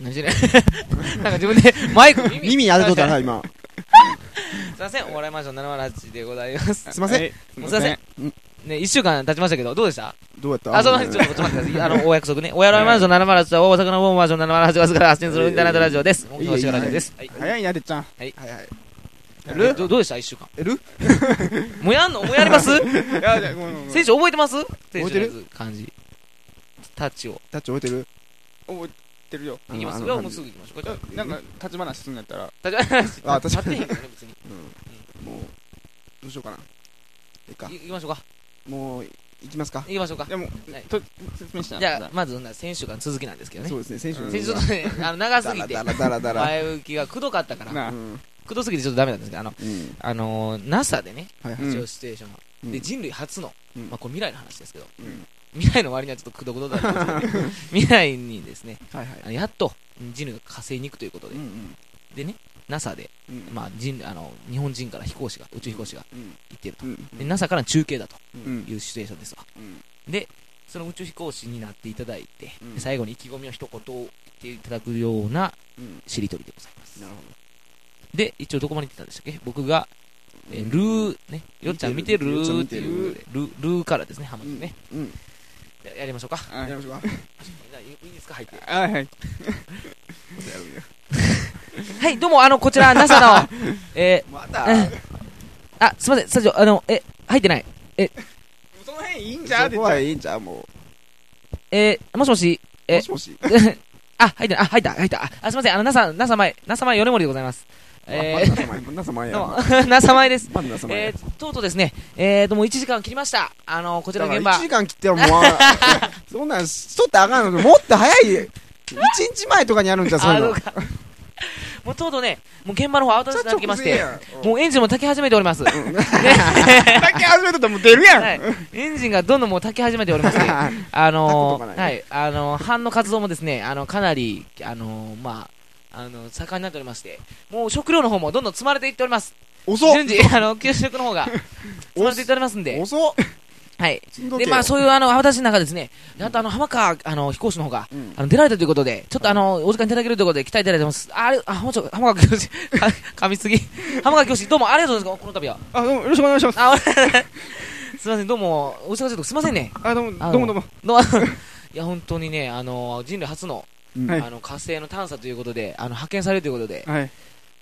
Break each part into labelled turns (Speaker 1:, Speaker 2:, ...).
Speaker 1: 何してるなんか自分でマイク耳
Speaker 2: 耳やるとったな、今。
Speaker 1: すいません、お笑いマンション708でございます。
Speaker 2: すいません。
Speaker 1: もうすいません。ね、一週間経ちましたけど、どうでした
Speaker 2: どうやった
Speaker 1: あ、そうなんです。ちょっとちょっと待ってください。あの、お約束ね。お笑いマンション708は大阪のボーマンション708がすから発信するインターネットラジオです。僕のお仕事です。はい。
Speaker 3: 早いな、てっちゃん。
Speaker 2: はいはい。
Speaker 1: どどうでした一週間。
Speaker 2: やる
Speaker 1: もうやんのもうやります
Speaker 3: いや、じゃあ、ごめんごめんごめん
Speaker 1: 選手覚えてます選
Speaker 2: え
Speaker 1: 手
Speaker 2: て
Speaker 1: の
Speaker 2: る
Speaker 1: やつ感じ。タッチを。
Speaker 2: タッチ覚えてる
Speaker 3: 覚えてるよ。
Speaker 1: いきます
Speaker 2: あ
Speaker 1: い
Speaker 2: の
Speaker 1: やもうすぐ行きましょう。こっ
Speaker 3: なんか、立ち話すんやったら、
Speaker 1: ち立ち話。
Speaker 2: あ確かに
Speaker 1: 立ってへんけどね別に。
Speaker 2: もう、どうしようかな。いいか。
Speaker 1: い行きましょうか。
Speaker 2: もう、行きますか。
Speaker 1: 行きましょうか。
Speaker 3: でも
Speaker 1: はい、
Speaker 3: と説明しな。
Speaker 1: じゃあ、まず、選手が続きなんですけどね
Speaker 2: そ。うですね、選手の。
Speaker 1: 選手ちょっとね、あの、長すぎて
Speaker 2: だ、らだらだら
Speaker 1: 前浮きがくどかったから、
Speaker 2: だら。
Speaker 3: なあ
Speaker 2: う、ん。
Speaker 1: くどすぎてちょっとダメなんですけど、あの、
Speaker 2: うん。
Speaker 1: あのー、NASA でね、
Speaker 2: はいは
Speaker 3: うん
Speaker 1: 宇宙ステーション、
Speaker 2: うん
Speaker 1: で、人類初の、
Speaker 2: うん
Speaker 1: まあ、これ未来の話ですけど、
Speaker 2: うん
Speaker 1: 未来の割にはちょっとくどくどだったんですけど、未来にですね、
Speaker 2: い。はいはい
Speaker 1: あ。のやっと人類が火星に行くということで
Speaker 2: う、ん
Speaker 1: でね、NASA で、
Speaker 2: うん。
Speaker 1: まあ、人類あの日本人から飛行士が、宇宙飛行士が
Speaker 2: うん
Speaker 1: 行ってると。
Speaker 2: うん
Speaker 1: で、NASA からの中継だと
Speaker 2: うん
Speaker 3: うん。
Speaker 1: いうシチュエーションですわ。
Speaker 2: うん
Speaker 1: で、その宇宙飛行士になっていただいて、
Speaker 2: うん
Speaker 1: で最後に意気込みを一言言っていただくような
Speaker 2: うん
Speaker 1: しりとりでございます。
Speaker 2: なるほ
Speaker 1: で、一応どこまで行ってたんでしたっけ僕が、えールー、ね、よっちゃん見
Speaker 2: 見
Speaker 1: て
Speaker 2: て
Speaker 1: る
Speaker 2: る
Speaker 1: ーってい
Speaker 2: よ
Speaker 1: う
Speaker 2: っち、
Speaker 1: ルー、ルーからですね、ハマ
Speaker 2: ど。
Speaker 1: っ
Speaker 2: うん
Speaker 1: てね。。
Speaker 2: うん。
Speaker 1: ややりましょうか。
Speaker 3: あ
Speaker 2: やりまし ょうか。
Speaker 1: いいですか、入って。
Speaker 3: はいはい。
Speaker 1: はい、どうも、あの、こちら、NASA の、 え
Speaker 2: ま
Speaker 1: ー
Speaker 2: た
Speaker 1: うんあ、すいません、スタジオ、あの、え、入ってない。
Speaker 3: その辺いいんじゃ
Speaker 2: そ
Speaker 3: んてっ
Speaker 2: こ
Speaker 3: ちゃ
Speaker 2: は
Speaker 3: ん。
Speaker 2: いいんじゃん、も
Speaker 1: えーもしもし、
Speaker 2: う。
Speaker 1: え
Speaker 2: もしもし。
Speaker 1: あ、入ってない、あ、入った、入った。ああ、すいません、あの、NASA、NASA 前、NASA 前、米森でございます。えー、
Speaker 2: パンダ 様や。
Speaker 1: どうも、NASA 前です。
Speaker 2: パンダ様や
Speaker 1: え。ー、とうとうですね、えーと、もう1時間切りました。あの、こちらの現場
Speaker 2: 1。時間 切ってももう、そんなんしとったらあかんのもっと早い、1日前とかにやるんじゃん、そうい
Speaker 1: あ、
Speaker 2: う
Speaker 1: どう
Speaker 2: の。
Speaker 1: か。 もうとうとうね、もう現場の方、慌ただしくなってきまし
Speaker 2: ち
Speaker 1: て
Speaker 2: ゃ、っと遅いやん
Speaker 1: もうエンジンも炊き始めており ます。
Speaker 3: だけ始めとったらもう出るやん。
Speaker 1: はい、エンジンがどんどんもう炊き始めておりま して、あの
Speaker 2: 炊くとか
Speaker 1: ー、
Speaker 2: な
Speaker 1: はいい、あのー、班の活動もですね、あの、かなり、あのー、まあ、あの、盛んになっておりまして、もう食料の方もどんどん積まれていっております。
Speaker 2: 遅っ
Speaker 1: 順次、あの、給食の方が積まれていっておりますんで、
Speaker 2: 遅っ
Speaker 1: はい。
Speaker 2: しんどけ
Speaker 1: で、
Speaker 2: よ
Speaker 1: まあ、そういう、あの、私の中ですね、あと、あの、浜川、あの、飛行士の方が、
Speaker 2: うん
Speaker 1: あの、出られたということで、ちょっとあの、お時間いただけるということで、期待いただいてます。あれ、あ、浜川浜川教 師、か噛みすぎ。浜川教師、どうもありがとうございます、この度は。
Speaker 3: あ、どうも、よろしくお願いします。
Speaker 1: あ、すいません、どうも、お忙しいとこすいませんね。
Speaker 3: あ、どうも、
Speaker 1: あの
Speaker 3: どうもどうも。
Speaker 1: どういや、本当にね、あの、人類初の、
Speaker 2: うん
Speaker 3: はい
Speaker 1: あの、火星の探査ということで、あの、派遣されるということで、
Speaker 3: はい。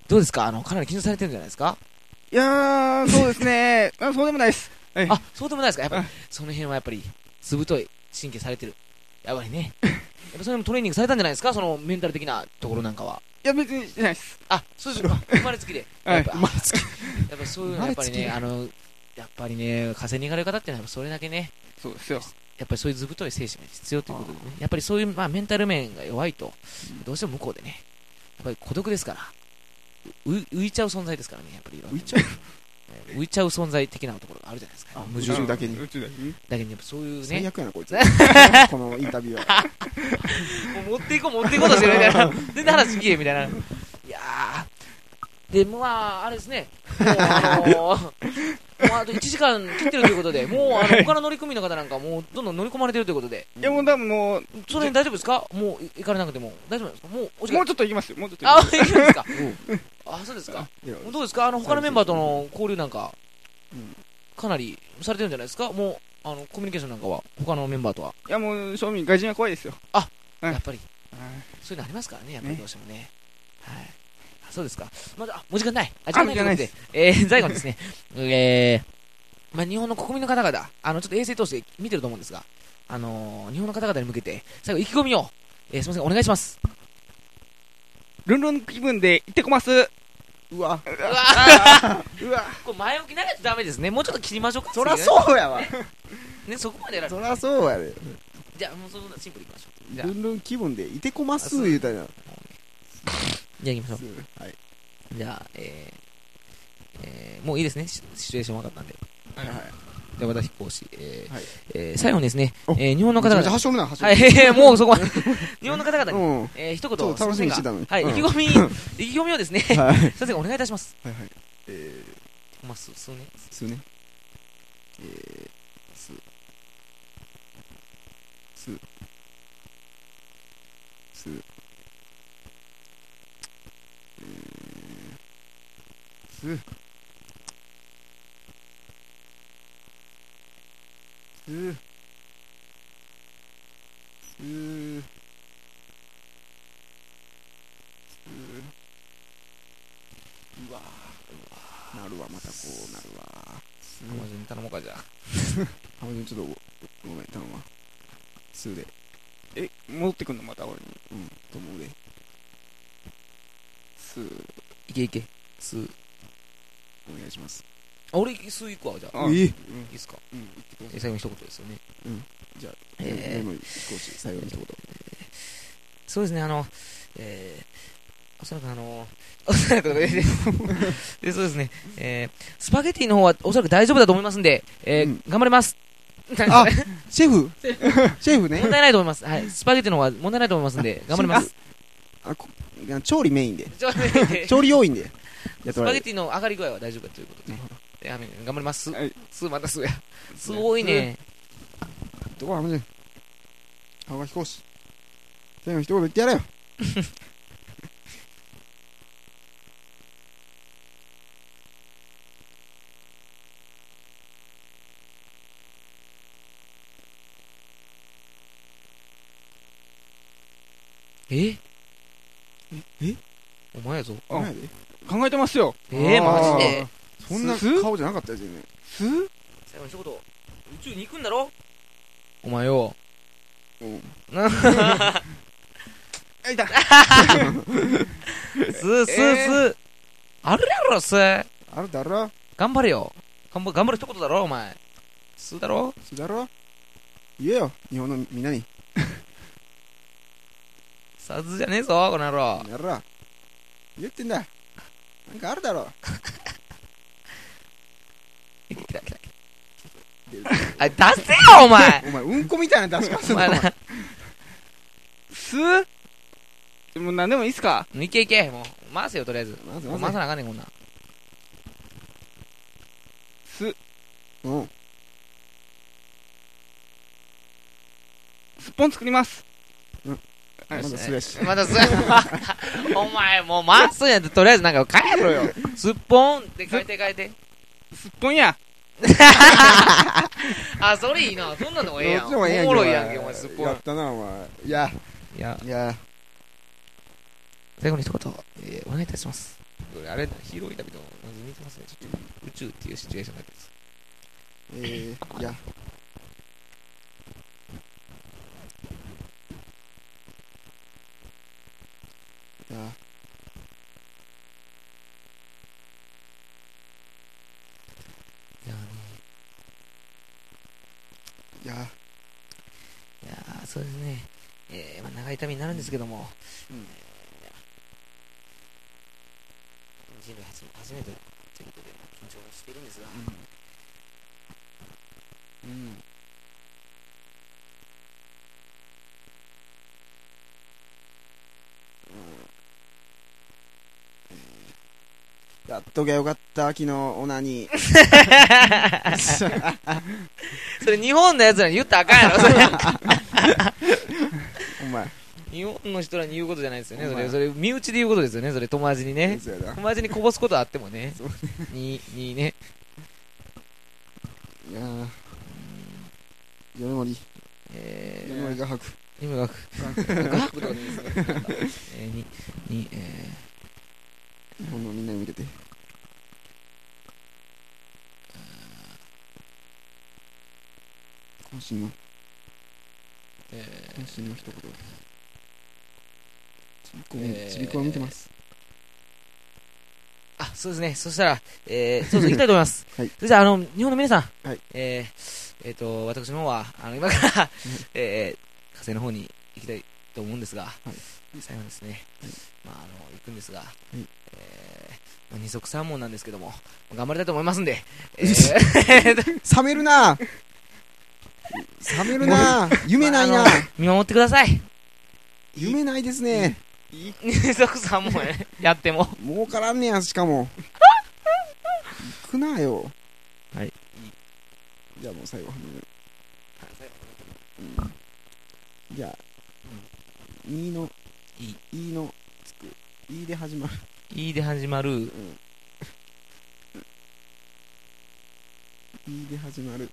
Speaker 1: どうですかあの、かなり緊張されてるんじゃないですか
Speaker 3: いやー、そうですね。 あ、そうでもないです。はい。
Speaker 1: あ、そうでもないですかやっぱり
Speaker 3: うん、
Speaker 1: その辺はやっぱり、ずぶとい神経されてる。やばいね。やっぱそれもトレーニングされたんじゃないですかそのメンタル的なところなんかは。
Speaker 3: いや、別にしてないです。
Speaker 1: あ、そうですか。生まれつきで。
Speaker 3: はい
Speaker 1: やっぱ、生まれつき。やっぱそういうのはやっぱりね、
Speaker 2: 生
Speaker 1: あの、やっぱりね、火星に行かれる方っていうのは、やっぱそれだけね、
Speaker 3: そうですよ。
Speaker 1: やっぱりそういうずぶとい精神が必要ということでね、やっぱりそういう、まあ、メンタル面が弱いと、どうしても向こうでね、やっぱり孤独ですから、う浮いちゃう存在ですからね、やっぱり浮いちゃう浮いちゃう存在的なところがあるじゃないですか、
Speaker 2: 宇宙だけに
Speaker 3: 宇宙だけに。
Speaker 1: だけど、やっぱそういう
Speaker 2: 最
Speaker 1: ね、
Speaker 2: 悪やな、こいつ。 このインタビ ューは。
Speaker 1: もう持っていこう、持っていこうとしてるみたいな、全然話聞けみたいな、いやー、で、まあ、あれですね、もう、あのーもうあと1時間切ってるということで、もうあの他の乗組員の方なんか、もうどんどん乗り込まれてるということで、
Speaker 3: いや、もう多分もう、
Speaker 1: その辺大丈夫ですか、もうい行かれなくても、大丈夫なんですか、もうお時間
Speaker 3: もうちょっと行きますよ。もうちょっと行
Speaker 1: あ、
Speaker 3: き
Speaker 1: いるんですか。あ、そうですか。
Speaker 2: いや
Speaker 1: どうですかあの、他のメンバーとの交流なんか
Speaker 2: うん、
Speaker 1: かなりされてるんじゃないですかもう、あの、コミュニケーションなんかは、他のメンバーとは。
Speaker 3: ます。いや、もう、庶民、外人は怖いですよ。はい
Speaker 1: やっぱり、そういうのありますからね、やっぱりどうしてもね。はい。あそうですか。まだ、あ、もう時間ない。あ、時間ないということ
Speaker 3: 時
Speaker 1: で。えー、最後にですね、 えー、まあ、日本の国民の方々、あの、ちょっと衛星通して見てると思うんですが、あのー、日本の方々に向けて、最後、意気込みを、えー、すみません、お願いします。
Speaker 3: ルンルン気分で行ってこます。
Speaker 2: うわ、
Speaker 1: うわ
Speaker 3: うわ、
Speaker 1: これ前置き長いとダメですね。もうちょっと切りましょうか。
Speaker 2: そらそうやわ。
Speaker 1: うね、そこまでやら
Speaker 2: そらそうやで。
Speaker 1: じゃあ、もうそんなシンプルいきましょう。じゃあ
Speaker 2: ル、ンルン気分で、いてこます言うたやん。
Speaker 1: じゃあ行きましょ
Speaker 2: はい。
Speaker 1: う。じゃあ、えー、えー、もういいですね。シシチュエーション分かったんで。
Speaker 2: はいはい。
Speaker 1: じゃあ、私、講師、えー
Speaker 2: はい
Speaker 1: えー最後にですね、え
Speaker 2: お
Speaker 1: ー、日本の
Speaker 2: め
Speaker 1: 方
Speaker 2: ちゃめちゃ
Speaker 1: 々、
Speaker 2: 発祥な、発
Speaker 1: はい、えー、もうそこまで、日本の方々に、
Speaker 2: うん。
Speaker 1: えー、一
Speaker 2: そ
Speaker 1: 言、
Speaker 2: う楽しみにしてたのに
Speaker 1: はい、
Speaker 2: うん
Speaker 1: 意気込み、意気込みをですね、すい
Speaker 2: はい。はい
Speaker 1: ません、お願いいたします。
Speaker 2: はい。えー、
Speaker 1: まあ、そう、そうね。
Speaker 2: すね。えー、す。す。す。す。す。す。す。うわぁなるわ、またこうなるわ。す
Speaker 1: マジに頼もうかじゃあ
Speaker 2: 浜田ちょっとごごめん、頼むわ。すで、
Speaker 3: え、戻ってくんのまた俺に。
Speaker 2: うん、と思うで。す、
Speaker 1: いけいけす
Speaker 2: お願いします。
Speaker 1: あ俺す行くわじゃあ
Speaker 3: あ
Speaker 2: えい
Speaker 1: いいっすか
Speaker 2: うん、言ってください
Speaker 1: え最後に一言ですよね
Speaker 2: うんじゃあ
Speaker 1: えー
Speaker 2: メモ少し最後に一言。
Speaker 1: そうですね、あの、えー、おそらくあの、 おそらくで、 でそうですね、えー、スパゲティの方はおそらく大丈夫だと思いますんで、えー
Speaker 2: うん
Speaker 1: 頑張ります。
Speaker 2: あ
Speaker 1: 問題
Speaker 2: シェフシェフね。
Speaker 1: ないと思います。はい、スパゲティの方は問題ないと思いますんで、頑張ります。
Speaker 2: あこ調理メインで。
Speaker 1: ちょっと待って
Speaker 2: 調理要員で。やっ
Speaker 1: ス
Speaker 2: てもら
Speaker 1: パ
Speaker 2: え
Speaker 1: ゲ
Speaker 2: る
Speaker 1: ティの上がり具合は大丈夫だということで、えーあの頑張ります。
Speaker 3: はい
Speaker 1: す、またすや。す多いね。
Speaker 2: どこ浜田浜田飛行士。最後に一言言ってやれよ。
Speaker 1: え
Speaker 2: え
Speaker 1: お前やぞ。
Speaker 3: あ
Speaker 2: なんやで
Speaker 3: 考えてますよ。
Speaker 1: えー、マジで。
Speaker 2: そんな
Speaker 3: す
Speaker 2: 顔じゃなかったよ、全然。
Speaker 3: す
Speaker 1: 最後に一言、宇宙に行くんだろお前よ。
Speaker 2: うん
Speaker 3: あいた。
Speaker 1: すすす、
Speaker 3: え
Speaker 1: あるやろす
Speaker 2: あれだろ
Speaker 1: 頑張れよ頑張頑張る一言だろお前すだろ
Speaker 2: それだろ言えよ、日本のみんなに。
Speaker 1: さずじゃねえぞこの野郎
Speaker 2: やら。言ってんだ。なんかあるだろ。
Speaker 1: 来た来た あ出せよお前
Speaker 2: お前、うんこみたいな出し方す
Speaker 1: お
Speaker 2: んな
Speaker 1: 前
Speaker 2: お前
Speaker 1: な
Speaker 3: すでも何でもいいっすか
Speaker 1: いけいけもう回せよとりあえず
Speaker 2: まず
Speaker 1: も
Speaker 2: ま
Speaker 1: う回
Speaker 2: ず
Speaker 1: さなあかんねんこんなん
Speaker 3: す、
Speaker 2: うん。
Speaker 3: すっぽん作ります。
Speaker 2: まだすやし。
Speaker 1: またすお前もう回すんやってとりあえずなんか変えろ よすっぽんって変えて変えて
Speaker 3: すっぽんや。
Speaker 1: あそれいいなそんなの
Speaker 2: ど
Speaker 1: もええやん
Speaker 2: っちもええやん
Speaker 1: お
Speaker 2: け
Speaker 1: もろいやんけお前すっぽん
Speaker 2: やったな、お前。いや、
Speaker 1: いや
Speaker 2: いや。
Speaker 1: 最後に一言、えーお願いいたします。あれ、ヒーローインタビューの、まず見てますね。ちょっと宇宙っていうシチュエーションだけです。
Speaker 2: えー、いや。いや。
Speaker 1: いや、
Speaker 2: いや。
Speaker 1: いやーそうですね。えー、まあ、長い旅になるんですけども。
Speaker 2: うんうん
Speaker 1: 人類初初めてということで、緊張しているんですが、
Speaker 2: うん。やっときゃよかった、昨日、オナニ ー。
Speaker 1: それ日本のやつらに言ったらあかんやろ、それ。
Speaker 2: お前。
Speaker 1: 日本の人らに言うことじゃないですよね、
Speaker 2: お
Speaker 1: そ
Speaker 2: 前
Speaker 1: れ。それ、身内で言うことですよね、それ、友達にね。
Speaker 2: そうやな
Speaker 1: 友達にこぼすことはあってもね
Speaker 2: そう。
Speaker 1: に、にね。
Speaker 2: いやー。米森、
Speaker 1: え
Speaker 2: 米森
Speaker 1: ー、
Speaker 2: が吐く。
Speaker 1: にもがく。がくとかでいいですかなんかえーに、に、えー、
Speaker 2: 日本のみんなに向けて。渾身の、
Speaker 1: え
Speaker 2: 渾身の一言。ちびっこを見、
Speaker 1: えー
Speaker 2: ちびっこを見てます。
Speaker 1: ー、あ、そうですね。そしたら、えー、そうそう、行きたいと思います。
Speaker 2: はい
Speaker 1: それじゃあ、あの、日本の皆さん、
Speaker 2: はい
Speaker 1: えー、えーと、私の方は、あの、今から、 えー、火星の方に行きたいと思うんですが、最後にですね、まあ、あの、行くんですが、
Speaker 2: い
Speaker 1: えー、まあ二足三問なんですけども、頑張りたいと思いますん で、えー、
Speaker 2: 冷めるなぁ冷める なぁ夢ないな
Speaker 1: まああ
Speaker 2: ぁ
Speaker 1: の見守ってください。
Speaker 2: 夢ないですね。
Speaker 1: 二足三問やねやっても。
Speaker 2: 儲からんねや、しかも。行くなよ。
Speaker 1: はい。
Speaker 2: じゃあもう最後。うんじゃあ、いいの、
Speaker 1: いい
Speaker 2: いいの、つく。いいで始まる。
Speaker 1: いいで始まる、
Speaker 2: うんいいで始まる。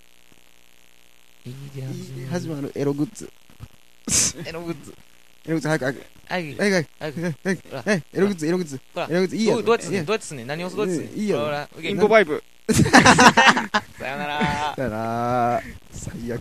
Speaker 1: いいで
Speaker 2: いいで始まるエログッズ。
Speaker 1: エログッズ。
Speaker 2: エログッズ、早く、早く、
Speaker 1: あい、
Speaker 2: 早く、
Speaker 1: あい、
Speaker 2: 早く、早
Speaker 1: ほら
Speaker 2: く、はい、エログッズ、エログッズ、
Speaker 1: ほら
Speaker 2: エログッズ、いいや
Speaker 1: ど
Speaker 2: つ。
Speaker 1: うどうやってすんね
Speaker 2: い
Speaker 1: ん
Speaker 2: い
Speaker 1: どうやってすんねん何をすどうやってすんねん
Speaker 2: いいよ
Speaker 1: ほらほら、うげ
Speaker 3: インコバイブ。
Speaker 1: さよなら。
Speaker 2: やだから、最悪や。